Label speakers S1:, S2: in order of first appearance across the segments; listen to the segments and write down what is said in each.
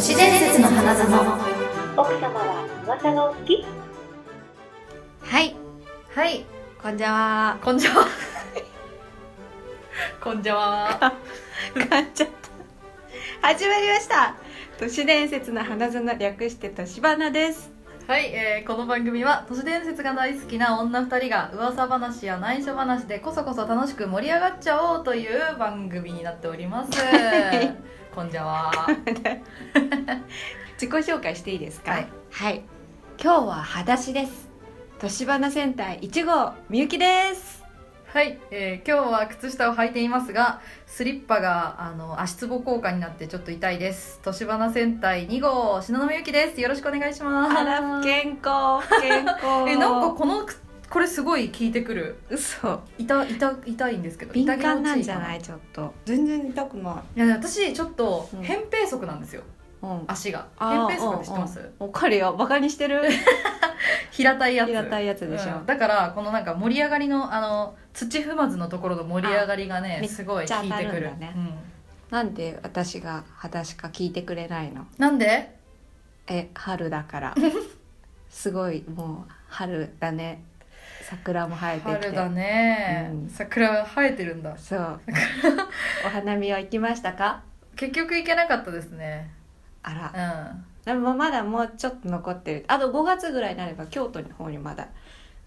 S1: 市伝説の花園は
S2: 奥様は噂がお好き
S1: いはいこんにちは
S3: こんじゃわ。 こんじゃわ。かんちゃった。始まりました。都市伝説の花園略して都市花です。
S4: はい、えーこの番組は都市伝説が大好きな女2人が噂話や内緒話でこそこそ楽しく盛り上がっちゃおうという番組になっておりますこんじゃは
S3: 自己紹介していいですか。
S4: はい、
S3: 今日は裸足です。都市花センター一号みゆきです。
S4: はい、えー今日は靴下を履いていますがスリッパがあの足つぼ効果になってちょっと痛いです都市花戦隊2号篠宮ゆきですよろしくお願いします。
S3: あら不健康不健 康
S4: えなんかこのくこれすごい効いてくる
S3: 嘘。
S4: 痛痛痛いんですけど
S3: 敏感なんじゃ
S4: 痛
S3: な
S4: 気持ちいい
S3: いちょっと。全然痛くない。
S4: かないや私ちょっと
S3: うん
S4: 扁平足なんですよ
S3: うん。
S4: 足が
S3: あ
S4: 扁
S3: ー
S4: 平足って知ってます
S3: わかるよ。バカにしてる。
S4: 平たいやつ
S3: 平た いやつでしょ。
S4: うんだからこのなんか盛り上がりのあの土踏まずのところの盛り上がりがね
S3: あ
S4: すごい
S3: めっちゃ
S4: 効
S3: 当
S4: い
S3: た
S4: て
S3: るん
S4: くる
S3: だね
S4: うん
S3: なんで私が裸足か聞いてくれないの
S4: なんで
S3: え春だから すごいもう春だね桜も生えてきて
S4: 春だね、
S3: うん
S4: 桜生えてるんだ
S3: そうお花見は行きましたか
S4: 結局行けなかったですね
S3: あら
S4: うん
S3: でもまだもうちょっと残ってるあと5月ぐらいになれば京都の方にまだ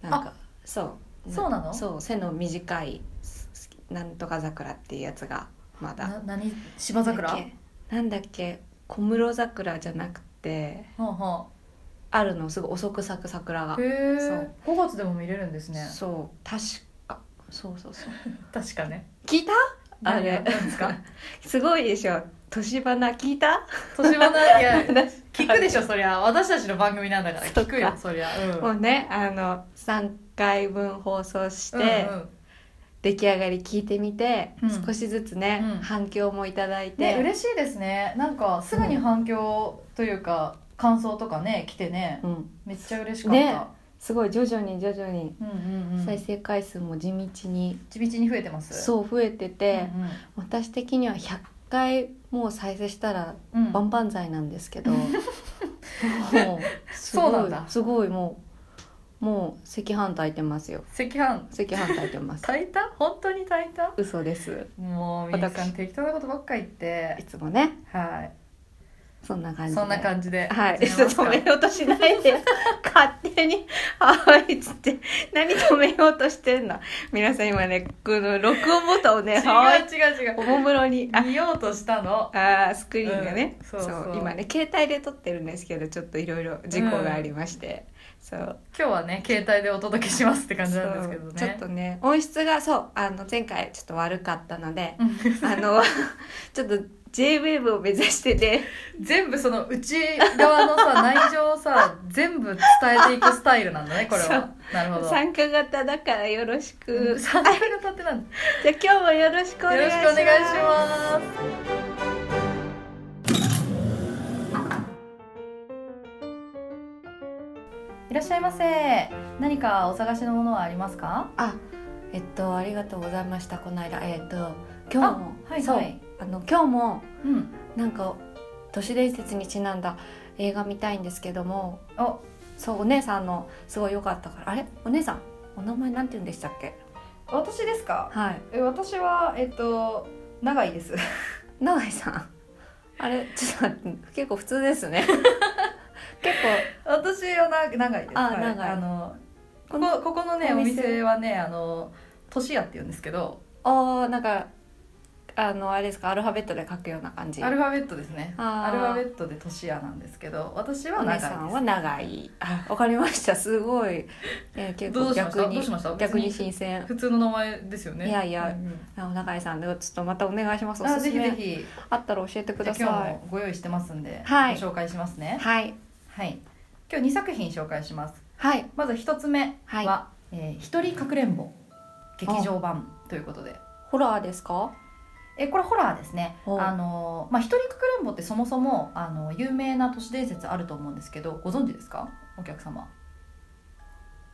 S3: なんかそう
S4: そうなの
S3: そう背の短いすすなんとか桜っていうやつがまだ
S4: な何芝桜
S3: なんだっけなんだっけ小室桜じゃなくて
S4: ほうほ
S3: あるのすごい遅く咲く桜が
S4: うへ
S3: そう
S4: え5月でも見れるんですね
S3: そう確かそうそうそう
S4: 確かね
S3: 聞いたあれ
S4: 何何ですか
S3: すごいでしょ年花聞いた
S4: 年 花いや
S3: 私
S4: 聞くでしょそりゃ私たちの番組なんだから
S3: そ
S4: 聞
S3: っか
S4: くよそりゃうん
S3: もうねあの3回分放送して、
S4: うんうん
S3: 出来上がり聞いてみて、
S4: うん
S3: 少しずつね、
S4: うん
S3: 反響もいただいて、
S4: ね、嬉しいですねなんかすぐに反響というか、感想とかね来てね
S3: うん、
S4: めっちゃ嬉しかった、
S3: ねすごい徐々に徐々に
S4: うんうんうん
S3: 再生回数も地道に、
S4: 地道に増えてますう
S3: そう増えてて、
S4: ん
S3: 私的には100回もう再生したら
S4: うんうん
S3: 万々歳なんです けど、もうすごい
S4: そうなんだ
S3: すごいもうもう赤飯炊いてますよ
S4: 赤飯
S3: 赤飯炊いてます
S4: 炊いた本当に炊いた
S3: 嘘です
S4: もう皆さん
S3: 私
S4: 適当なことばっか言っ
S3: い
S4: て
S3: つもね
S4: は
S3: そんな感
S4: い
S3: じ
S4: そんな感じで
S3: じはい
S4: 始めますか
S3: 止めようとしない で勝手に「はい」っつって何止めようとしてんの皆さん今ねこの録音ボタンをね「はい」
S4: 違う違う違
S3: お
S4: う
S3: もむろにあ
S4: 見ようとしたの
S3: あースクリーンがね、
S4: うんそう
S3: そ
S4: うそう
S3: 今ね携帯で撮ってるんですけどちょっといろいろ事故がありまして、そう
S4: 今日はね携帯でお届けしますって感じ
S3: そ
S4: なんですけ
S3: う
S4: どね
S3: ちょっとね音質がそうあの前回ちょっと悪かったのであのちょっと JWAVE を目指してて
S4: 全部その内側のさ内情を さ全部伝えていくスタイルなんだねこれ
S3: そう
S4: はなるほど
S3: 参加型だからよろしく、
S4: うん
S3: じゃ
S4: 参加型ってなんだ
S3: あ今日もよろしくお
S4: よ
S3: 願
S4: ろし
S3: いします
S4: くお願いしますいらっしゃいませ何かお探しのものはありますか
S3: あえっとありがとうございましたこの間えっと今日も
S4: あはい
S3: そう
S4: はい
S3: あの今日も
S4: うん
S3: なんか都市伝説にちなんだ映画見たいんですけども
S4: お
S3: そうお姉さんのすごい良かったからあれお姉さんお名前なんて言うんでしたっけ
S4: 私ですか
S3: はい
S4: え私はえっと長いです
S3: 永井さん あれちょっと待って結構普通ですね 結
S4: 私はな長いです
S3: あ
S4: はい
S3: 長い
S4: あの
S3: こ
S4: こ
S3: の
S4: こここのね
S3: お
S4: お
S3: 店
S4: 店はねあのとし屋って言うんですけど
S3: 構あーなんかあのあれですかアルファベットで書くような感じ
S4: アルファベットですね
S3: あー
S4: アルファベットでとし屋なんですけど私は
S3: お
S4: 長い
S3: 姉
S4: です
S3: さんは長いあわかりましたすごい、えー、結
S4: ど
S3: 構
S4: うしました
S3: 逆
S4: ど
S3: に
S4: うしました
S3: 逆に
S4: 別
S3: 新鮮
S4: 普通の名前ですよね
S3: いやいや
S4: うんうん
S3: あお長井さんでちょっとまたお願いしますお
S4: あ
S3: すす
S4: ぜひ
S3: め
S4: ぜひ
S3: あったら教えてく
S4: じゃあ
S3: だ
S4: 今
S3: さ
S4: 日
S3: い
S4: もご用意してますんで、
S3: はい
S4: ご紹介しますね
S3: はい
S4: はい今日2作品紹介します
S3: はい
S4: まず1つ目は、
S3: は
S4: えー一人かくれんぼ」劇場版ということで
S3: ホラーですか
S4: えこれホラーですね
S3: お
S4: あの、まあ、一人かくれんぼってそもそもあの有名な都市伝説あると思うんですけどご存知ですかお客様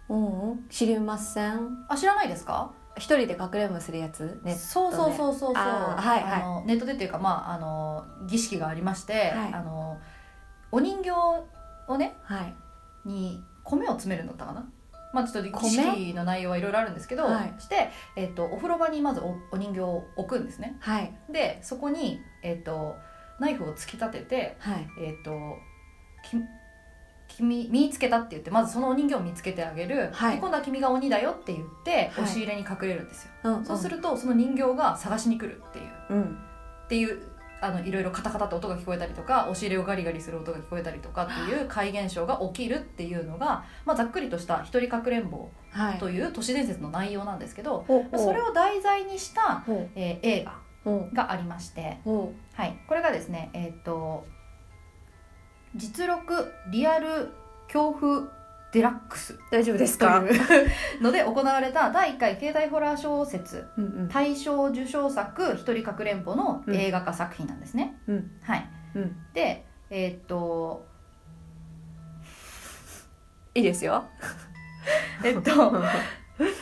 S3: うんうん知りません
S4: あ知らないですか、
S3: 一人で隠れんぼするやつね
S4: そうそうそうそうそう
S3: あーはいはい
S4: あのネットでっていうか、まあ、あの儀式がありまして、
S3: はい
S4: あのお人形をね
S3: はい
S4: に米を詰めるんだったかなまあちょっと儀
S3: 米
S4: 式の内容はいろいろあるんですけど、
S3: はい
S4: して、えっとお風呂場にまずおお人形を置くんですね
S3: はい
S4: でそこに、えっとナイフを突き立てて
S3: はい
S4: えっ、とき君見つけたって言ってまずそのお人形を見つけてあげる、
S3: はい
S4: で今度は君が鬼だよって言って、
S3: はい
S4: 押し入れに隠れるんですよ
S3: うん
S4: そうするとその人形が探しに来るっていう
S3: うん
S4: っていうあのいろいろカタカタって音が聞こえたりとかお尻をガリガリする音が聞こえたりとかっていう怪現象が起きるっていうのが、まあ、ざっくりとした「一人かくれんぼ
S3: は」い
S4: という都市伝説の内容なんですけど、
S3: ほう
S4: まあそれを題材にした、
S3: ほう
S4: えー映画
S3: ほ
S4: がありまして、
S3: うほ
S4: はい、これがですねえーっと実録リアル恐怖デラックス
S3: う大丈夫です
S4: と
S3: か
S4: いう ので行われた第1回携帯ホラー小説
S3: うんうん
S4: 大賞受賞作「ひとりかくれんぼ」の映画化作品なんですね。
S3: うん
S4: はい
S3: うん
S4: でえーっ と
S3: いいですよ
S4: えっとこ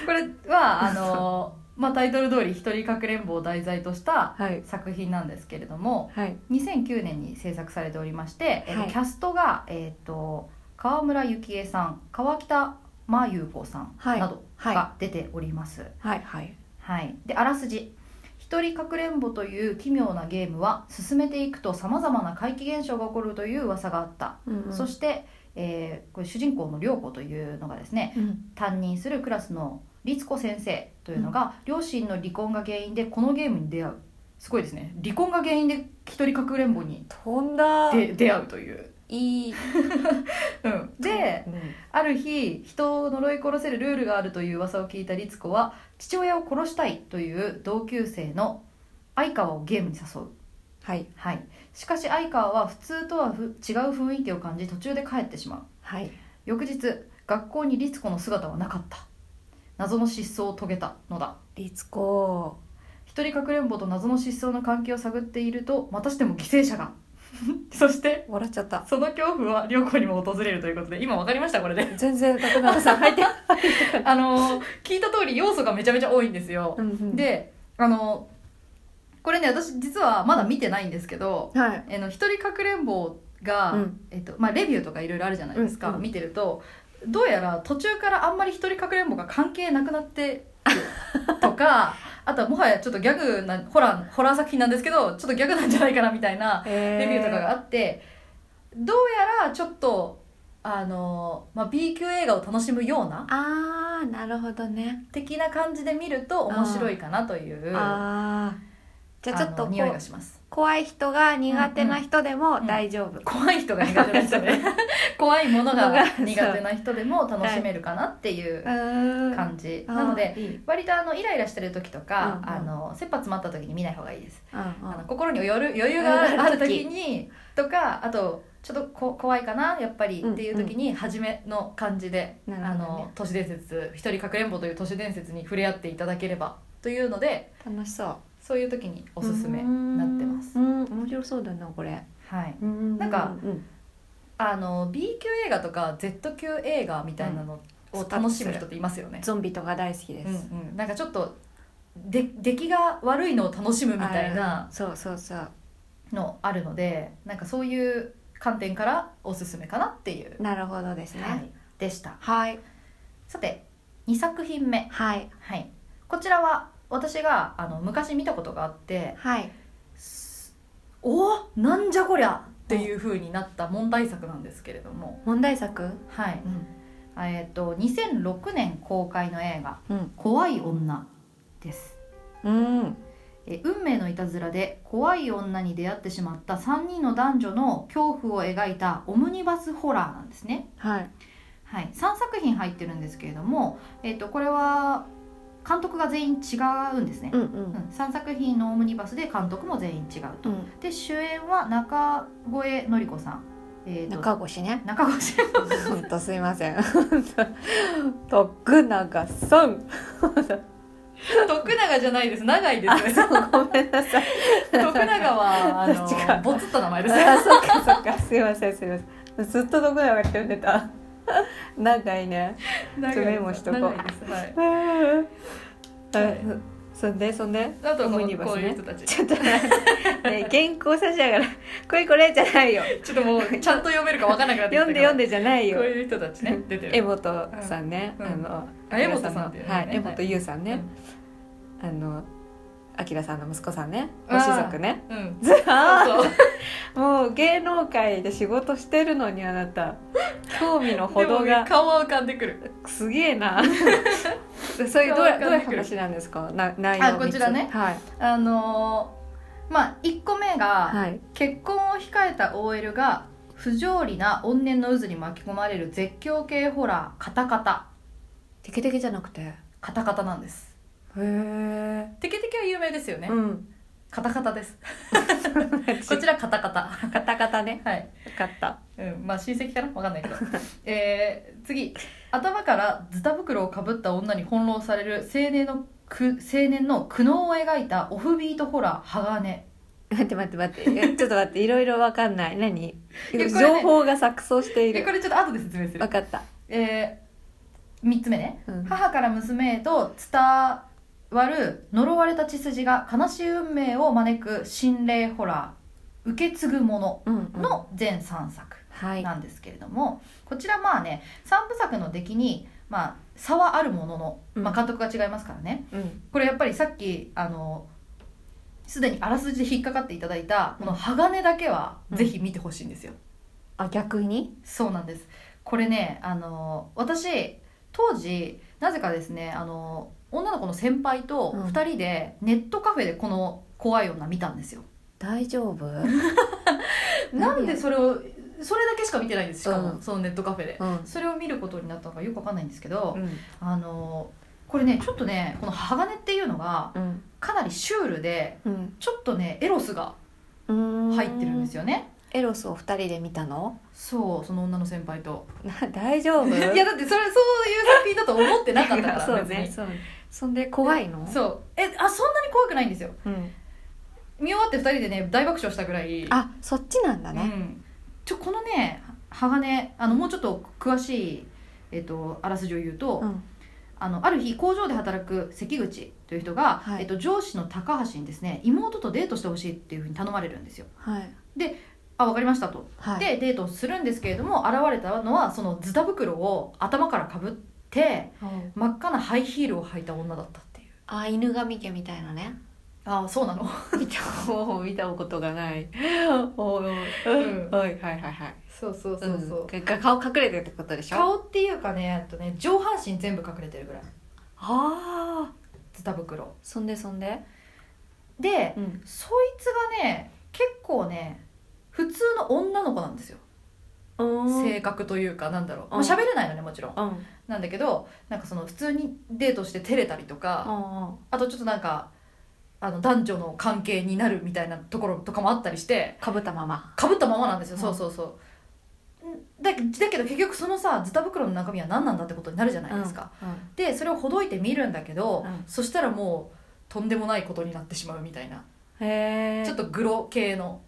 S4: れはあの、まあ、タイトル通り「ひとりかくれんぼ」を題材とした
S3: はい
S4: 作品なんですけれども
S3: はい
S4: 2009年に制作されておりまして、えっと
S3: はい
S4: キャストが、えーっと川村幸恵さん川北真由子さん
S3: はい
S4: など
S3: はい
S4: が出ております。
S3: はいはい
S4: はい、であらすじ「一人かくれんぼ」という奇妙なゲームは進めていくとさまざまな怪奇現象が起こるという噂があった、そ
S3: て
S4: して、えーこれ主人公の涼子というのがですね担任するクラスの律子先生というのが、両親の離婚が原因でこのゲームに出会うすごいですね離婚が原因で一人かくれんぼに
S3: 飛んだ
S4: で出会うという、
S3: いい
S4: うん、である日人を呪い殺せるルールがあるという噂を聞いた律子は父親を殺したいという同級生の相川をゲームに誘う、
S3: はい
S4: はい、しかし相川は普通とはふ違う雰囲気を感じ途中で帰ってしまう
S3: はい
S4: 翌日学校に律子の姿はなかった謎の失踪を遂げたのだ
S3: 律子
S4: 一人かくれんぼと謎の失踪の関係を探っているとまたしても犠牲者が そして
S3: 笑っちゃった
S4: その恐怖は良子にも訪れるということで今わかりましたこれで
S3: 全然徳永さん 入って
S4: あのー聞いた通り要素がめちゃめちゃ多いんですよ。
S3: で
S4: であのーこれね私実はまだ見てないんですけど
S3: はい
S4: 「あの一人かくれんぼが」
S3: うん
S4: えっとまあ、レビューとかいろいろあるじゃないですか、
S3: うんうん
S4: 見てるとどうやら途中からあんまり一人かくれんぼが関係なくなってると かあとはもはやちょっとギャグなホラーホラー作品なんですけどちょっとギャグなんじゃないかなみたいなレ
S3: レ
S4: ビューとかがあって、どうやらちょっとあの、まあ、B 級映画を楽しむような
S3: あーなるほどね
S4: 的な感じで見ると面白いかなという
S3: あーじゃあちょっと
S4: あ
S3: こ
S4: の
S3: う
S4: 匂いがします
S3: 怖い人が苦手な人で
S4: んう
S3: も
S4: ん
S3: 大丈夫
S4: 怖い人が苦手な人 で怖いものが苦手な人でも楽しめるかなっていう
S3: 感
S4: 感じなので
S3: で
S4: 割とあのイライラしてる時とか、
S3: うんうん
S4: あの切羽詰まった時に見ない方がいいです、あの
S3: あ
S4: 心に余る余裕 がある時にとかあとちょっとこ怖いかなやっぱりっていう時に初めの感じで
S3: なる
S4: あ
S3: ほど
S4: の
S3: ね
S4: 都市伝説「一人かくれんぼ」という都市伝説に触れ合っていただければというので
S3: 楽しそう
S4: そういう時におすすめになってます。
S3: うん面白そうだなこれ
S4: はい、な
S3: な
S4: んかあの B 級映画とか Z 級映画みたいなのを楽しむ人っていますよね。
S3: ゾンビとか大好きで
S4: うん
S3: す
S4: うん、なんかちょっとで出来が悪いのを楽しむみたいな
S3: そうそうそう
S4: のあるのでなんかそういう観点からおすすめかなっていう、
S3: なるほどです
S4: は
S3: ね
S4: い、でした。
S3: はい
S4: さて2作品目、
S3: はい
S4: はい、こちらは私があの昔見たことがあって
S3: はい
S4: おなんじゃこりゃっていう風になった問題作なんですけれども、
S3: 問題作
S4: はいえっと2006年公開の映画
S3: うん
S4: 「怖い女」です
S3: うん
S4: え運命のいたずらで怖い女に出会ってしまった3人の男女の恐怖を描いたオムニバスホラーなんですね、
S3: はい
S4: はい、3作品入ってるんですけれども、えっとこれは監督が全員違うんですね、
S3: うんう
S4: うん
S3: ん
S4: 3作品のオムニバスで監督も全員違うと
S3: うん
S4: で主演は中越典子さん、えー、と
S3: 中越ね
S4: 中越
S3: 本当すいません徳永 さん
S4: 徳永じゃないです長いで
S3: あ
S4: す
S3: そうごめんなさい
S4: 徳永はあ
S3: 違う
S4: のボツった名前です
S3: あそっかそっかすいませんすいませんずっと徳永って呼んでた 長いね
S4: 長いです
S3: メモしとこう
S4: 長いですはい
S3: はいいそんでそんで
S4: あとこ
S3: オム
S4: の
S3: ニバ
S4: こ
S3: ス
S4: ういう
S3: ね
S4: 人たち
S3: ちょっと待ってね原稿差しながら「これこれ」じゃないよ
S4: ちょっともうちゃんと読めるかわからなくなってきた
S3: 読んで読ん
S4: で
S3: でじゃないよ
S4: こういう人たちね出てる
S3: 江本さんね、
S4: うん
S3: あの
S4: あ江本さんっていうね
S3: はい
S4: はい
S3: 江本優さんね、あのあきらさんの息子さんねご子 族ね
S4: うん
S3: ずらー
S4: そう
S3: もう芸能界で仕事してるのにあなた興味の
S4: そう
S3: ほ
S4: でも
S3: ど
S4: ね
S3: が
S4: 顔は浮かんでくる
S3: すげえ なそういうどう
S4: わかん
S3: どう
S4: ないいうけど
S3: 話なんですかな内容
S4: あこちらね
S3: 三つはい、
S4: あのーまあ1個目が
S3: はい、
S4: 結婚を控えた OL が不条理な怨念の渦に巻き込まれる絶叫系ホラーカタカタ
S3: テケテケじゃなくてへ
S4: カタカタなんです
S3: え
S4: テケテケは有名ですよね、
S3: うん
S4: カタカタですこ
S3: こ
S4: ちらカタカタ
S3: カタカタね
S4: はい、
S3: よかった
S4: うん、まあ親戚かなわかんないけ どえー、次頭からズタ袋をかぶった女に翻弄される青年のく青年の苦悩を描いたオフビートホラー鋼
S3: 待って待って待ってえちょっと待っていろいろわかんない何
S4: やこれね
S3: 情報が錯綜してい
S4: で
S3: る
S4: これちょっと後で説明する
S3: わかった、
S4: えー、3つ目ね
S3: うん、
S4: 母から娘へと伝わる呪われた血筋が悲しい運命を招く心霊ホラー受け継ぐもの
S3: うんうん
S4: の全3作
S3: はい
S4: なんですけれども、こちらまあね3部作の出来に、まあ、差はあるものの、
S3: うん
S4: まあ、監督が違いますからね
S3: うん
S4: これやっぱりさっきあのすでにあらすじで引っかかっていただいたこの鋼だけは
S3: うん
S4: ぜひ見てほしいんですよ、
S3: あ逆に
S4: そうなんですこれねあの私当時なぜかですねあの女の子の先輩と
S3: うん
S4: 2人でネットカフェでこの怖い女見たんですよ、
S3: 大丈 夫
S4: なんでそれをそれだけしか見てないんですしかも、
S3: うん
S4: そのネットカフェで
S3: うん、
S4: それを見ることになったのかよくわかんないんですけど、
S3: うん
S4: あのこれねちょっとねこの鋼っていうのが
S3: うん
S4: かなりシュールで
S3: うん
S4: ちょっとねエロスが入ってるんです
S3: よ
S4: よね
S3: エロスを二人で見たの
S4: そうその女の先輩と
S3: な大丈夫
S4: いやだってそれそういう作品だと思ってなかったから
S3: そう
S4: 別
S3: ね
S4: に
S3: そうそんで怖いの
S4: そうえあそんなに怖くないんですよ
S3: うん、
S4: 見終わって2人でね大爆笑したぐらい
S3: あそっちなんだ
S4: う
S3: ね、
S4: ん、ちょこのね鋼あのもうちょっと詳しい、えっとあらすじを言うと、
S3: うん
S4: あのある日工場で働く関口という人が、
S3: はい
S4: えっと、上司の高橋にですね妹とデートしてほしいっていうふうに頼まれるんですよ
S3: はい
S4: あ分かりましたと、
S3: はい
S4: でデートをするんですけれども現れたのはそのズタ袋を頭からかぶって
S3: うん
S4: 真っ赤なハイヒールを履いた女だったっていう
S3: あ犬神家みたいなね
S4: ああそうなの
S3: 見た見たことがない おー
S4: うん
S3: はいはいはいはい
S4: そうそう
S3: うんか顔隠れてるってことでしょ
S4: 顔っていうかねあとね上半身全部隠れてるぐらい
S3: ああ
S4: ズタ袋
S3: そんでそんで
S4: で
S3: うん
S4: そいつがね結構ね普通の女の子なんですよ
S3: うん
S4: 性格というかなんだろう、まあ、
S3: うん
S4: 喋れないのねもちろん
S3: うん
S4: なんだけどなんかその普通にデートして照れたりとかあとちょっとなんかあの男女の関係になるみたいなところとかもあったりして
S3: かぶったまま
S4: かぶったままなんですよ、
S3: うん
S4: そうそうそうんだだけど結局そのさズタ袋の中身は何なんだってことになるじゃないですか、、
S3: うん
S4: でそれをほどいてみるんだけど、
S3: うん
S4: そしたらもうとんでもないことになってしまうみたいな、
S3: へえ
S4: ちょっとグロ系の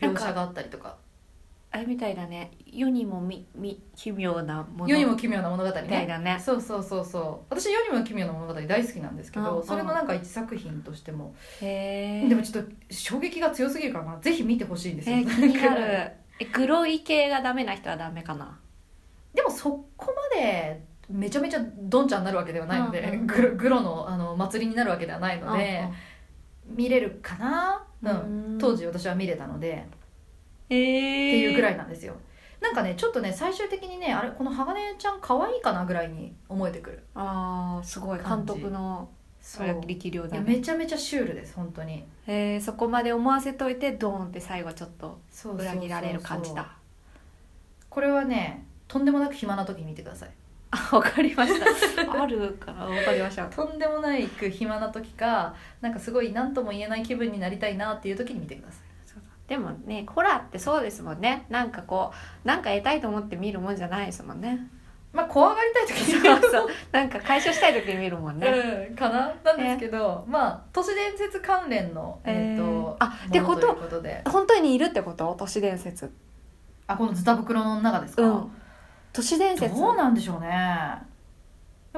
S4: 描写があったりとか
S3: あれみたいだね世にもみみ奇妙なもの
S4: 世にも奇妙な物語
S3: みたい
S4: ね
S3: だね
S4: そうそうそうそう私世にも奇妙な物語大好きなんですけど、
S3: うん
S4: それのなんか一作品としても
S3: へえ
S4: でもちょっと衝撃が強すぎるからなぜひ見てほしいんですよ、
S3: えー気にな
S4: だから
S3: るえ黒い系がダメな人はダメかな
S4: でもそこまでめちゃめちゃどんちゃんになるわけではないので、
S3: うんうんうん
S4: グログロのあの祭りになるわけではないので、見れるかな、うん当時私は見れたので
S3: え
S4: っていうぐら
S3: い
S4: いなんですよなんかねちょっとね最終的にねあれこの鋼ちゃん可愛いかなぐらいに思えてくる
S3: ああすごい監
S4: 感じ
S3: 督の
S4: そ
S3: あ
S4: う
S3: れ力量
S4: い
S3: だ
S4: や
S3: ね
S4: めちゃめちゃシュールです本当に
S3: えーそこまで思わせといてドーンって最後ちょっと
S4: そうそうそう
S3: 裏
S4: そう
S3: 切られる感じだ
S4: これはねとんでもなく暇な時に見てください
S3: あ わかりましたあるからわかりました
S4: とんでもないく暇な時かなんかすごい何とも言えない気分になりたいなっていう時に見てくださ
S3: でもねホラーってそうですもんねなんかこうなんか得たいと思って見るもんじゃないですもん ね
S4: いまあ怖がりたい時
S3: そう
S4: に見る
S3: そうなんか解消したい時に見るもんね、
S4: うんかななんですけど、まあ都市伝説関連のえっ、
S3: えー
S4: と、
S3: あってこと
S4: ものいうことで
S3: 本当にいるってこと都市伝説
S4: あこのズタ袋の中ですか、
S3: うん都市伝説
S4: どうなんでしょうね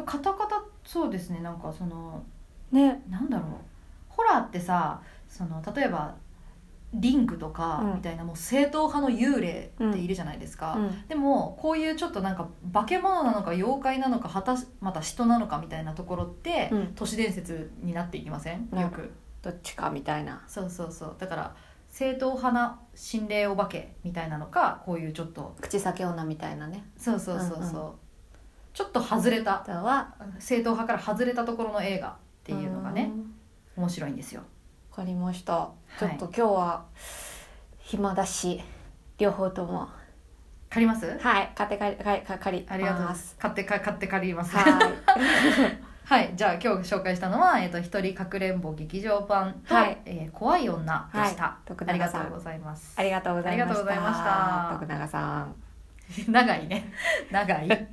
S4: カタカタそうですねなんかその
S3: ね
S4: なんだろうホラーってさその例えばリングとか
S3: うん
S4: みたいな、もう正統派の幽霊っているじゃないですか、
S3: うん
S4: でもこういうちょっとなんか化け物なのか妖怪なのかはたしまた人なのかみたいなところって、
S3: うん
S4: 都市伝説になっていきません
S3: うん
S4: よく、
S3: どっちかみたいな
S4: そうそうそうだから正統派な心霊お化けみたいなのかこういうちょっと
S3: 口先女みたいなね
S4: そうそうそうそう、
S3: うん
S4: ちょっと外れた
S3: あとは
S4: 正統派から外れたところの映画っていうのがね
S3: ん
S4: 面白いんですよ
S3: わかりました、
S4: い
S3: ちょっと今日は暇だし両方とも
S4: 借ります
S3: はい買って借り借り借り
S4: ありがとうござい
S3: ま
S4: ますす買ってか買って借ります
S3: はい
S4: はい、じゃあ今日紹介したのは、えっと一人かくれんぼ劇場版と、
S3: はい
S4: えー怖い女でした、
S3: はい徳
S4: あり
S3: 永
S4: が
S3: さ
S4: と
S3: ん
S4: うございます
S3: ありがとうございま
S4: ありがとうございました
S3: 徳永さん
S4: 長いね長い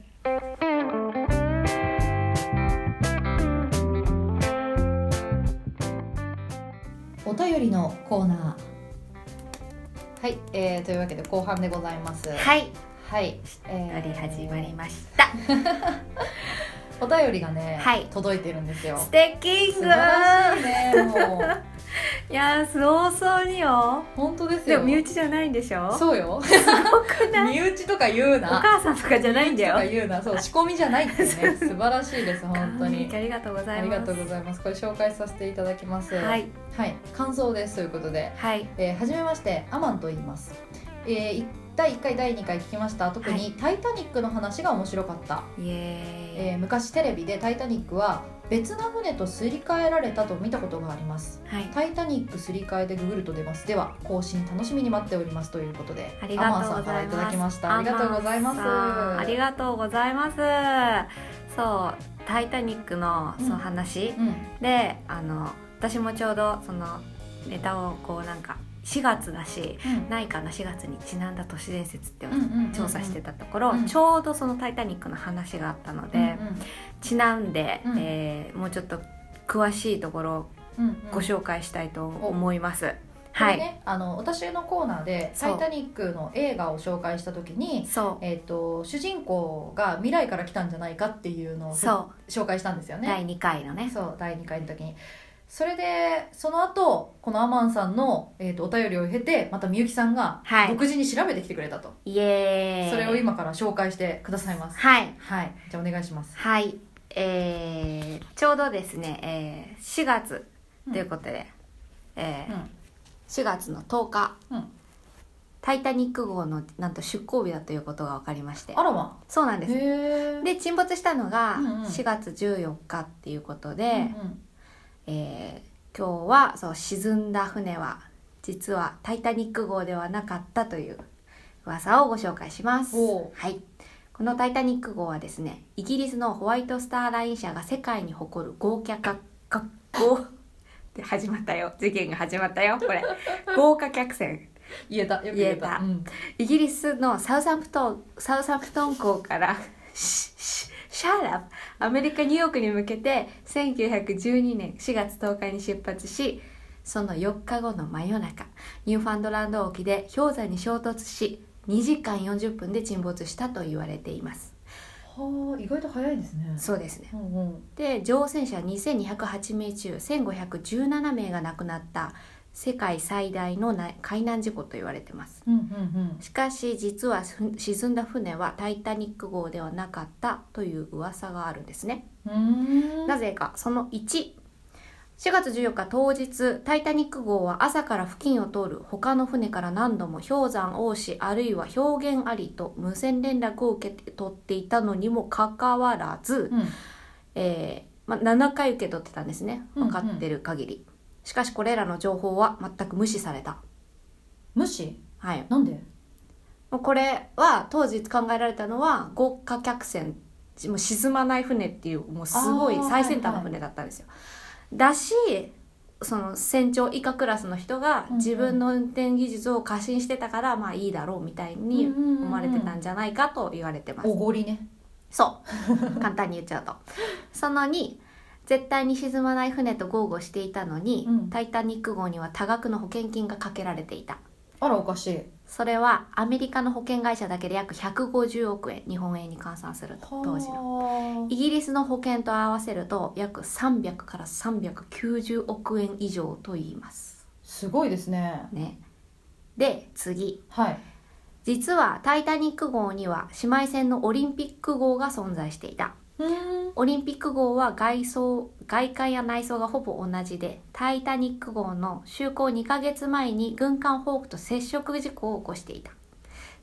S4: お便りのコーナーはい、えー、というわけで後半でございますはい、
S1: はい
S4: え
S3: やり始まり
S4: す
S3: ました
S4: お便りがね、
S1: はい
S4: 届いてるんですよ
S3: ステッキン
S4: 素
S3: グ
S4: 晴らしいねもう
S3: いやー早々によ
S4: 本当です
S3: で
S4: よ
S3: も身内じゃないんでしょ
S4: そうよ
S3: くない
S4: 身内とか言う
S3: お
S4: な
S3: 母さんとかじゃないんだ
S4: とか
S3: よ
S4: 言うな そう仕込みじゃないっていうね素晴らしいです本当に
S3: ありがとうござ
S4: あ
S3: い
S4: り
S3: ま
S4: が
S3: す
S4: とうございますこれ紹介させていただきます
S3: はい
S4: はい、感想ですということで
S3: はい
S4: えーはじめましてアマンと言います、えーい第1回第2回聞きました特
S3: は
S4: に「タイタニック」の話が面白かった、
S3: イエーイ、
S4: えー昔テレビで「タイタニック」は別な船とすり替えられたと見たことがあります
S3: はい
S4: タイタニックすり替えでググると出ます。では更新楽しみに待っておりますということで、
S3: ありがとう
S4: アマンさ
S3: ご
S4: んか
S3: ざ
S4: ら
S3: い
S4: いただ
S3: ま
S4: き
S3: す。
S4: ました。ありがとうございます。
S3: ありがとうございます。そう、タイタニックのその話、
S4: うん、
S3: で、あの私もちょうどそのネタをこうなんか4月だし、ないかな4月にちなんだ都市伝説っていうのを
S4: うん、
S3: 調査してたところ、
S4: うん
S3: ちょうどそのタイタニックの話があったので、ちなんで、
S4: うん
S3: えーもうちょっと詳しいところを
S4: うん、うんうん
S3: ご紹介したいと思います。
S4: こ
S3: は
S4: れ
S3: い、
S4: ね、あの私のコーナーで「
S3: そう
S4: タイタニック」の映画を紹介した時に、
S3: そ
S4: えっと主人公が未来から来たんじゃないかっていうの
S3: う、
S4: を
S3: そ
S4: 紹介したんですよ
S3: う、
S4: ね。
S3: 第2回のね。
S4: そう第2回の時にそれでその後このアマンさんの、えー、とお便りを経てまたみゆきさんが
S3: はい
S4: 独、自に調べてきてくれたと、
S3: イエーイ。
S4: それを今から紹介してくださいます
S3: はい。
S4: はいじゃあお願いします
S3: はい。えー、ちょうどですね、えー、4月ということで、えー
S4: うん
S3: 4月の10日、
S4: うん
S3: タイタニック号のなんと出港日だということが分かりまして
S4: あらま
S3: そうなん
S4: へ
S3: です
S4: え
S3: で沈没したのが
S4: うんうん
S3: 4月14日っていうことで、
S4: うん
S3: えー今日はそう沈んだ船は実はタイタニック号ではなかったという噂をご紹介します。
S4: おう
S3: はい。このタイタニック号はですね、イギリスのホワイトスターライン社が世界に誇る豪華客格好 で始まったよ。事件が始まったよ。これ豪華客船。
S4: 言えたよく言えた
S3: 言えた
S4: うん
S3: イギリスのサウサンプトンサウサンプトン港から シシシャーラアメリカ・ニューヨークに向けて1912年4月10日に出発しその4日後の真夜中ニューファンドランド沖で氷山に衝突し2時間40分で沈没したと言われています
S4: はあ意外と早いですね
S3: そうですね
S4: うんうん
S3: で乗船者2208名中1517名が亡くなった世界最大のな海難事故と言われてます
S4: うんうん
S3: しかし実はふ沈んだ船は「タイタニック号」ではなかったという噂があるんですね。
S4: うんうーん
S3: なぜかその14月14日当日「タイタニック号」は朝から付近を通る他の船から何度も氷山王子あるいは表現ありと無線連絡を受け取っていたのにもかかわらず、
S4: うん
S3: えーまあ、7回受け取ってたんですね
S4: うんう
S3: 分
S4: ん
S3: かってる限り。しかしこれらの情報は全く無視された。
S4: 無視
S3: はい、
S4: なんで
S3: もうこれは当時考えられたのは豪華客船もう沈まない船っていうもうすごい
S4: あー
S3: 最先端の船だったんですよ。だしその船長以下クラスの人が
S4: うんうん
S3: 自分の運転技術を過信してたから、まあいいだろうみたいに思われてたんじゃないかと言われてます。
S4: おごりね
S3: そう簡単に言っちゃうとその2絶対に沈まない船と豪語していたのに「
S4: うん
S3: タイタニック号」には多額の保険金がかけられていた
S4: ああらおかしい
S3: それはアメリカの保険会社だけで約150億円日本円に換算すると当時の
S4: の
S3: イギリスの保険と合わせると約300から390億円以上と言います
S4: すごいですね
S3: ねで次
S4: はい
S3: 実は「タイタニック号」には姉妹船のオリンピック号が存在していた
S4: うん
S3: オリンピック号は外装外観や内装がほぼ同じで「タイタニック号」の就航2ヶ月前に軍艦フォークと接触事故を起こしていた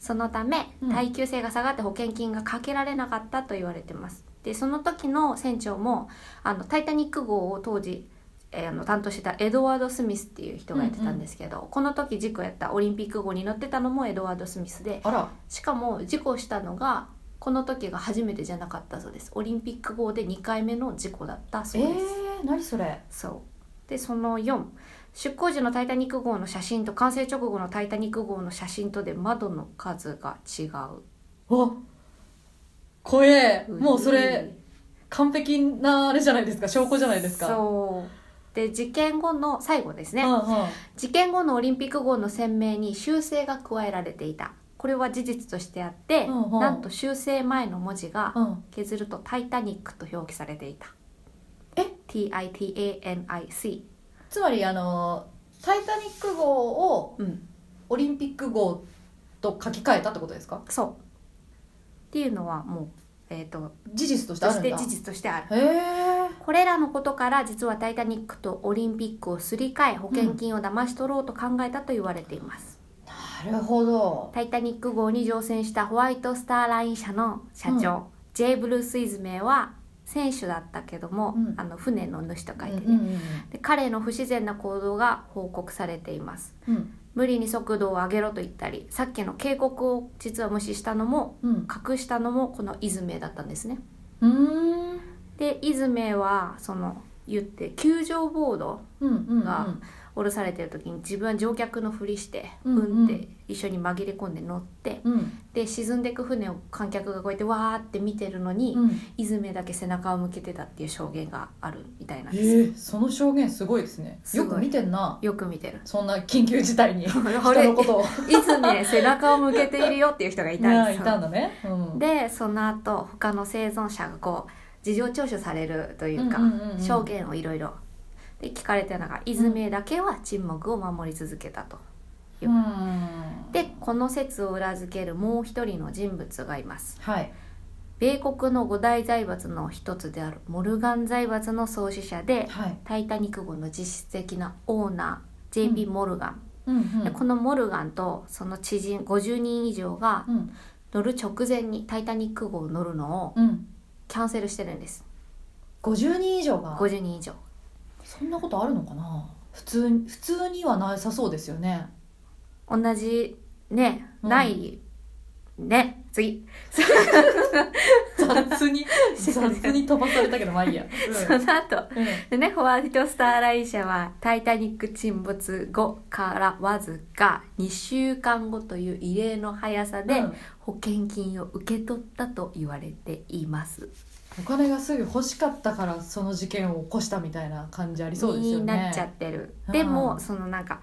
S3: そのため
S4: うん
S3: 耐久性が下がって保険金がかけられなかったと言われてますでその時の船長も「あのタイタニック号」を当時、えーあの担当してたエドワード・スミスっていう人がやってたんですけど、この時事故やったオリンピック号に乗ってたのもエドワード・スミスで
S4: あら
S3: しかも事故したのがこの時が初めてじゃなかったそうですオリンピック号で2回目の事故だったそ
S4: え
S3: うです、
S4: ー、何それ
S3: そうでその4出航時の「タイタニック号」の写真と完成直後の「タイタニック号」の写真とで窓の数が違
S4: わ怖え
S3: う
S4: もうそれ完璧なあれじゃないですか証拠じゃないですかう
S3: そうで事件後の最後ですね、
S4: んうん
S3: 事件後のオリンピック号の船名に修正が加えられていたこれは事実としてあって、
S4: うんうん
S3: なんと修正前の文字が
S4: うん
S3: 削ると「タイタニック」と表記されていた
S4: え
S3: ?TITANIC
S4: つまりあの「タイタニック号」を
S3: うん
S4: オリンピック号と書き換えたってことですか
S3: そうっていうのはもうえっ、と
S4: 事実として
S3: そ
S4: ある
S3: し
S4: ん
S3: て
S4: だ
S3: 事実としてある
S4: へえ
S3: これらのことから実は「タイタニック」とオリンピックをすり替え保険金を騙し取ろうと考えたと言われています、
S4: なるほど
S3: タイタニック号に乗船したホワイトスターライン社の社長、J. ブルース・イズメイは選手だったけども、
S4: うん
S3: あの船の主と書いてね、
S4: うんうん
S3: で彼の不自然な行動が報告されています
S4: うん
S3: 無理に速度を上げろと言ったりさっきの警告を実は無視したのも
S4: うん
S3: 隠したのもこのイズメイだったんですね
S4: うん
S3: でイズメイはその言って救助ボード
S4: うんうんうん
S3: が降ろされてる時に自分は乗客のふりして
S4: うんうん
S3: うんって一緒に紛れ込んで乗って
S4: うん
S3: で沈んでく船を観客がこうやってわーって見てるのに、
S4: うん
S3: イズメだけ背中を向けてたっていう証言があるみたいなん
S4: え
S3: です
S4: ー、そ
S3: よ
S4: の証言すごいですね
S3: す
S4: よ
S3: ごい
S4: く見てんな
S3: よく見てる
S4: そんな緊急事態に 人
S3: あれ
S4: のことを
S3: いつね背中を向けているよっていう人がいたんで
S4: い
S3: す
S4: たん
S3: よ。
S4: だね、うん、
S3: でその後他の生存者がこう事情聴取されるというか、
S4: うんうんうんうん
S3: 証言をいろいろで聞かれたのが「イズメだけは沈黙を守り続けたと」
S4: うん
S3: でこの説を裏付けるもう一人の人物がいます
S4: はい
S3: 米国の五大財閥の一つであるモルガン財閥の創始者で
S4: はい、
S3: 「タイタニック号」の実質的なオーナー JP モルガン、
S4: うんうん
S3: でこのモルガンとその知人50人以上が
S4: うん
S3: 乗る直前に「タイタニック号」を乗るのを
S4: うん、
S3: キャンセルしてるんです
S4: 50人以上が
S3: 50人以上
S4: そんなことあるのかな普通に普通にはなさそうですよね
S3: 同じね
S4: うん
S3: ない、ね次
S4: 雑 に雑に飛ばされたけどまあいいや、
S3: その後
S4: うんうん
S3: でねホワイトスターライン社は「タイタニック」沈没後からわずか2週間後という異例の速さで
S4: うん
S3: 保険金を受け取ったと言われています、
S4: お金がすぐ欲しかったからその事件を起こしたみたいな感じありそうですよね
S3: になっちゃってる、
S4: うん
S3: でもそのなんか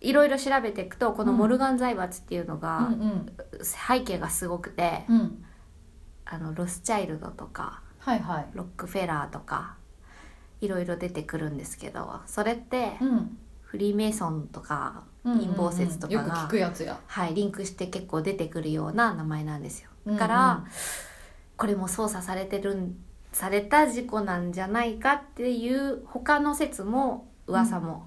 S3: いろいろ調べていくとこのモルガン財閥っていうのが、
S4: うんうん
S3: 背景がすごくて、
S4: うん
S3: あのロスチャイルドとか
S4: はいはい
S3: ロックフェラーとかいろいろ出てくるんですけどそれって
S4: うん
S3: フリーメイソンとか、
S4: うんうんうん
S3: 陰謀説とかが
S4: よく聞くやつや
S3: はい、リンクして結構出てくるような名前なんですよ。
S4: うんうん
S3: から、これも操作されてるんされた事故なんじゃないかっていう他の説も噂も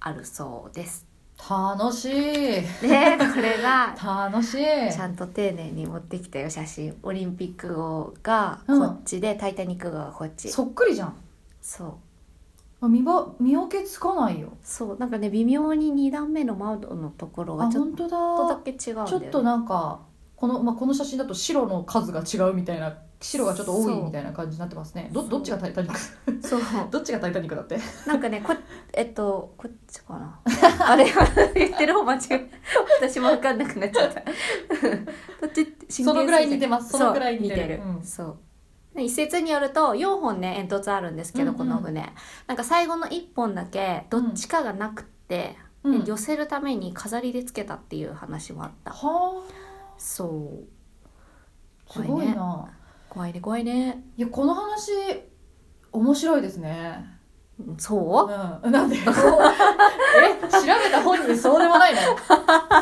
S3: あるそうです。
S4: 楽しい
S3: でこれが
S4: 楽しい
S3: ちゃんと丁寧に持ってきたよ写真オリンピック号がこ
S4: うん
S3: っちで、タイタニック号がこっちそ
S4: そっくりじゃん
S3: う
S4: 見ば見分けつかないよ
S3: そうなんかね微妙に2段目の窓のところ
S4: あ
S3: がちょっ
S4: 本当
S3: と
S4: だ
S3: だけ違うんだよ、ね、
S4: ちょっとなんかこの,、まあ、この写真だと白の数が違うみたいな白がちょっと多いみたいな感じになってますねど
S3: そう
S4: どっちがタイタニック
S3: そう
S4: どっちがタイタニックだって
S3: なんかねこえっとこっちか なあれ言ってる方間違え私も分かんなくなっちゃったどっちって神経
S4: そのぐらい似てます
S3: そう
S4: そのぐらい似てるうん
S3: そうで一説によると4本ね煙突あるんですけど、
S4: うんうん
S3: この船なんか最後の1本だけどっちかがなくって、
S4: うん
S3: 寄せるために飾りでつけたっていう話もあった
S4: は
S3: そう
S4: あすごいな、
S3: 怖いね怖いね
S4: いやこの話面白いですね
S3: う
S4: う
S3: んそ
S4: んなんで え調べた本人でそうでもないの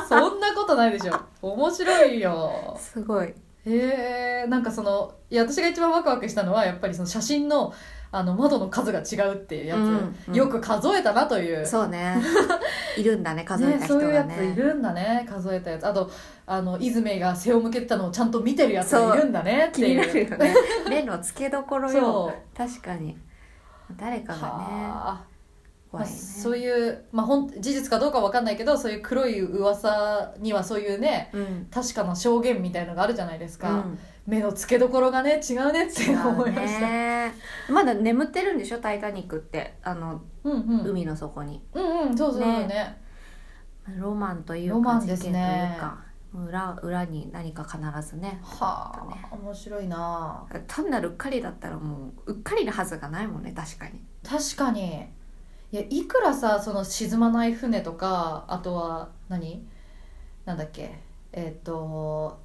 S4: そんなことないでしょ面白いうよ
S3: すごい
S4: へえんかそのいや私が一番ワクワクしたのはやっぱりその写真のあの窓の数が違うっていうやつ、
S3: うんうん
S4: よく数えたなという
S3: そうね いるんだね数えた人
S4: そういう
S3: が
S4: や
S3: ね
S4: ついるんだね数えたやつあとあの泉が背を向けてたのをちゃんと見てるやつがいるんだねって
S3: 気に
S4: いう
S3: なるよね目の付けどころよ
S4: そう
S3: 確かに誰かがね
S4: はあま
S3: 怖
S4: あ、
S3: いね
S4: そういう、まあ、ほん事実かどうかわかんないけどそういう黒い噂にはそういうね
S3: うん
S4: 確かな証言みたいのがあるじゃないですか、
S3: うん
S4: 目の付けどころがね違うねって思いました、
S3: ねまだ眠ってるんでしょ「タイタニック」ってあの
S4: うんうんうん
S3: 海の底に、
S4: うんそうそうそうね
S3: ロマンというか
S4: ロマンですね
S3: 事件というか裏裏に何か必ずね
S4: は
S3: だね
S4: あ面白いな
S3: 単なるうっかりだったらもううっかりなはずがないもんね確かに
S4: 確かにいやいくらさその沈まない船とかあとは何なんだっけえっ、と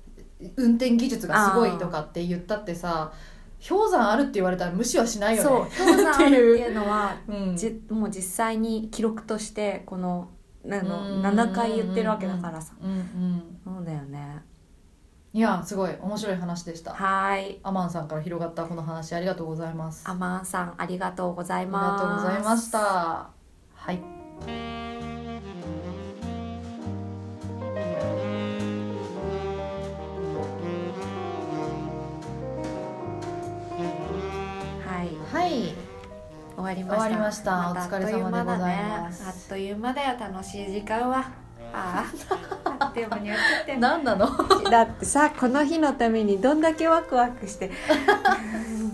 S4: 運転技術がすごいとかって言ったってさ氷山あるって言われたら無視はしないよね
S3: そう 氷山あるっていうのは
S4: うん、
S3: じもう実際に記録としてこのあ
S4: う
S3: の
S4: ん
S3: 7回言ってるわけだからさ
S4: うんうん、
S3: そうだよね
S4: いやすごい面白い話でした
S3: はーい
S4: アマンさんから広がったこの話ありがとうございます
S3: ア
S4: あ
S3: マンさんありがとうござい
S4: り
S3: ま
S4: が
S3: す
S4: とうございましたはい
S3: はい
S4: はい
S3: 終わりました
S4: 終わりました
S3: た
S4: お疲れ様でございます
S3: あっという間だねあっという間だよ楽しい時間は あああっという間にやっちゃってんな
S4: 何なの
S3: だってさこの日のためにどんだけワクワクして うん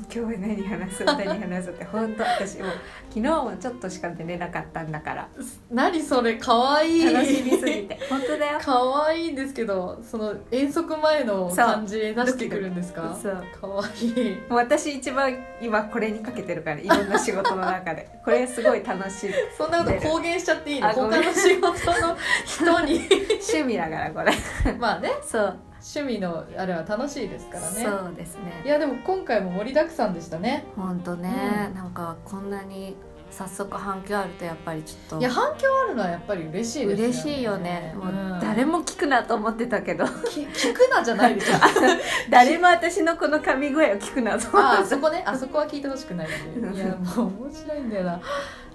S3: 今日は何話そう何話そうって本当私もう昨日もちょっとしか寝れなかったんだから
S4: 何それかわいい
S3: 楽しみすぎて 本当だよ
S4: 可愛いんですけどその遠足前の感じ出してくるんですか
S3: そう
S4: 可愛い
S3: もう私一番今これにかけてるからいろんな仕事の中 でこれすごい楽しい
S4: そんなこと公言しちゃっていいの
S3: あご
S4: 他
S3: めん
S4: の仕事の人 に
S3: 趣味だからこれ
S4: まあね
S3: そう、
S4: 趣味のあれは楽しいですからね
S3: そうですね
S4: いやでも今回も盛りだくさんでしたね
S3: 本当ね、
S4: う
S3: なんかこんなに早速反響あるとやっぱりちょっ
S4: いや
S3: と
S4: 反響あるのはやっぱり嬉しいです
S3: 嬉しいよねもう誰
S4: も
S3: も聞くなと思ってたけど
S4: 聞くなじゃないでしょ
S3: 誰も私のこの噛み声を聞くなと思
S4: ああ
S3: って
S4: そこねあそこは聞いてほしくないって いういやもう面白いんだよな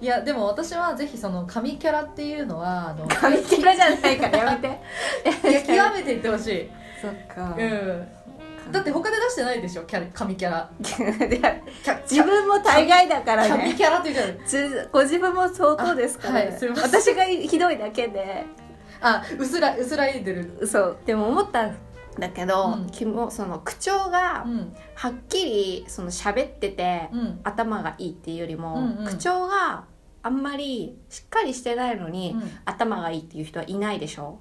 S4: いやでも私はぜひその神キャラっていうのはあの
S3: た噛みキャラじゃないからやめて
S4: いや極めていってほしい、
S3: そっか、
S4: うん、だって他で出してないでしょキャラ神キャラ
S3: いや
S4: キャ
S3: 自分も大概だからね
S4: 神キャラって言うじゃない
S3: つご自分も相当ですから、
S4: あ
S3: ね
S4: はいすいません
S3: 私がひどいだけで
S4: あうすらうすらいでる
S3: そうでも思ったんだけど、
S4: うん
S3: きもその口調が
S4: うん
S3: はっきりその喋ってて、
S4: うん
S3: 頭がいいっていうよりも、
S4: うんうん
S3: 口調があんまりしっかりしてないのに、
S4: うん
S3: 頭がいいっていう人はいないでしょ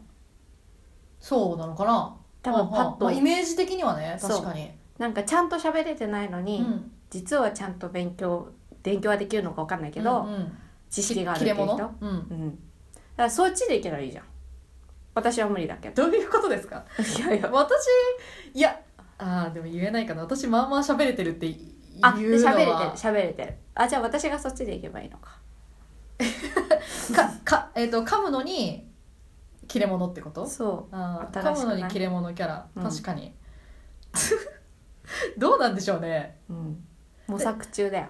S4: そうなのかな
S3: 多分パッ
S4: まあイ
S3: と
S4: メージ的にはね確かに
S3: なんかちゃんと喋れてないの
S4: う
S3: に、
S4: ん
S3: 実はちゃんと勉強勉強はできるのかわかんないけど、
S4: うんうん
S3: 知識があるっ
S4: 切
S3: てい
S4: れ
S3: う人
S4: 者、うん、
S3: うん、だからそっちでいけばいいじゃん私は無理だけど
S4: どういうことですか
S3: いやいや
S4: 私いやあーでも言えないかな私まあまあ喋れてるって言うの
S3: あ
S4: は
S3: で喋れてる喋れてるあじゃあ私がそっちで行けばいいのか
S4: かか、えっと噛むのに切れ者ってこと
S3: そ
S4: あー
S3: 新
S4: 噛
S3: し
S4: む
S3: くな
S4: の
S3: い
S4: に切れ者キャラ、
S3: うん
S4: 確かに どうなんでしょうね
S3: う、うん、模索中だよ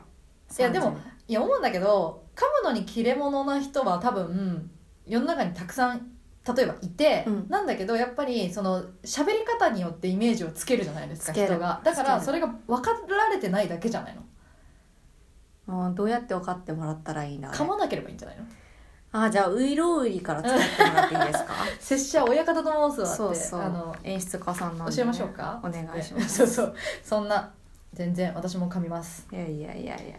S4: いやでもいや思うんだけど噛むのに切れ者な人は多分世の中にたくさん例えばいて、
S3: うん
S4: なんだけどやっぱりその喋り方によってイメージをつけるじゃないですか
S3: つける
S4: 人がだか
S3: つけ
S4: ら
S3: る
S4: それが分かられてないだけじゃないの
S3: 30もうどうやって分かってもらったらいいな
S4: 噛まなければいいんじゃないの
S3: あじゃあウイロウイリから使ってもらっていいで すか
S4: 拙者親方と申すわって
S3: そうそう
S4: あの
S3: 演出家さんなんでね、
S4: 教えましょうか
S3: お願いしま す
S4: そうそうそんな全然私も噛みます
S3: いやいやいやいや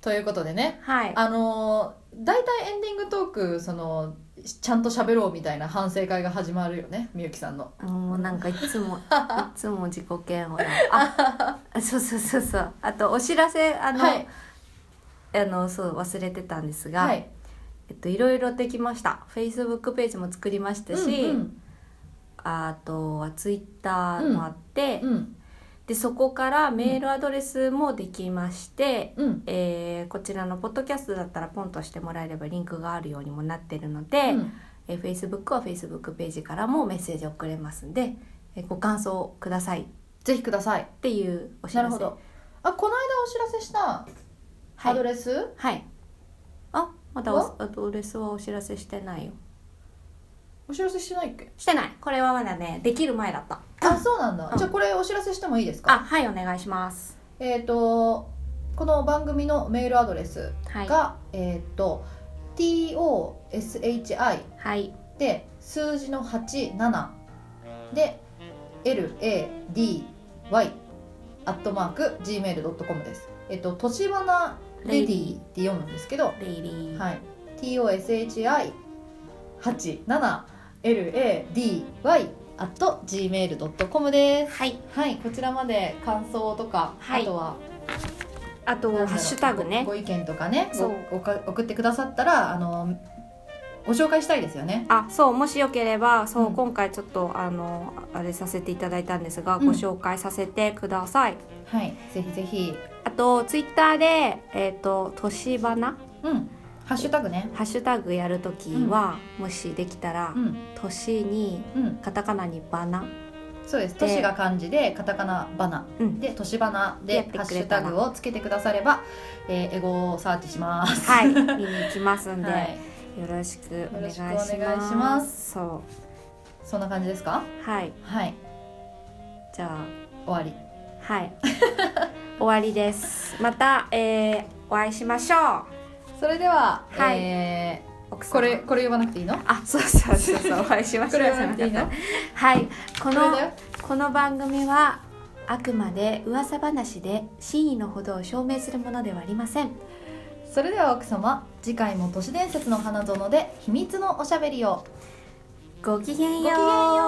S4: ということでね
S3: はい
S4: あのー大体エンディングトークそのちゃんと喋ろうみたいな反省会が始まるよねみゆきさんの
S3: もうなんかい つもいつも自己嫌悪だあそうそうそうそうあとお知らせあの、
S4: はい
S3: あのそう忘れてたんですが、
S4: はい
S3: えっと、いろいろできましたフェイスブックページも作りましたし、
S4: うん
S3: あとはツイッターもあって、
S4: うん
S3: でそこからメールアドレスもできまして、
S4: うん
S3: えーこちらのポッドキャストだったらポンとしてもらえればリンクがあるようにもなってるので、
S4: うん
S3: えー、Facebook は Facebook ページからもメッセージ送れますんで、えーご感想くださいっ
S4: ぜひください
S3: ていうお知
S4: な
S3: らせ
S4: るほどあこの間お知らせした
S3: は
S4: アド
S3: い、
S4: レス、
S3: はい、あまだ
S4: は
S3: おアドレスはお知らせしてないよ
S4: お知らせしてないっけ
S3: してないこれはまだねできる前だった
S4: あそうなんだ、
S3: うん
S4: じゃあこれお知らせしてもいいですか
S3: あはいお願いします
S4: えっ、とこの番組のメールアドレス
S3: はい
S4: が、えっ、と TOSHI
S3: はい
S4: で数字の87で LADY アットマーク Gmail.com ですえっ、ととしばなレディって読むんですけど
S3: レイリー
S4: はい、TOSHI87LADY at gmail.com です。
S3: はい
S4: はい、こちらまで感想とか、
S3: はい
S4: あとは
S3: あと
S4: なんだろ
S3: ハ
S4: う
S3: ッシュタグね
S4: ごご意見とかね
S3: そう
S4: ごごか送ってくださったらあのご紹介したいですよね。
S3: あそうもしよければそう、
S4: うん
S3: 今回ちょっとあのあれさせていただいたんですが、
S4: うん
S3: ご紹介させてください
S4: はい、ぜひぜひ、
S3: あとツイッターでえっ、と「としばな」
S4: うん、ハッシュタグね。
S3: ハッシュタグやるときは、もしできたら
S4: う、ん、
S3: 年に
S4: うん、
S3: カタカナにバ ナ、
S4: そうです。都市が漢字でカタカナバナ
S3: うん、
S4: で都市バナ
S3: やっ
S4: で
S3: てくれた
S4: ハッシュタ
S3: ら
S4: グをつけてくだされば、えー、エゴサーチします。
S3: はい、見に行きますんで、
S4: はい、
S3: よろしくお願いし
S4: よ
S3: ま
S4: ろし
S3: す。
S4: くお願いします
S3: そ
S4: そんな感じですか？
S3: う、はい、
S4: はい、
S3: じゃ
S4: 終わり。
S3: あ、はい、 終わりです。また、えー、お会いしましょ
S4: それでは、
S3: はい
S4: え
S3: う。奥
S4: ー
S3: 様
S4: これ。これ言わなくていいの？
S3: あ、そうそうそうそう、お会いしましょう。
S4: これ言わなくていいの
S3: はい、こ
S4: それだ
S3: の
S4: よ。
S3: この番組はあくまで噂話で真意のほどを証明するものではありません。
S4: それでは奥様、次回も都市伝説の花園で秘密のおしゃべりを。
S3: ごきげん
S4: ごきげん
S3: よう。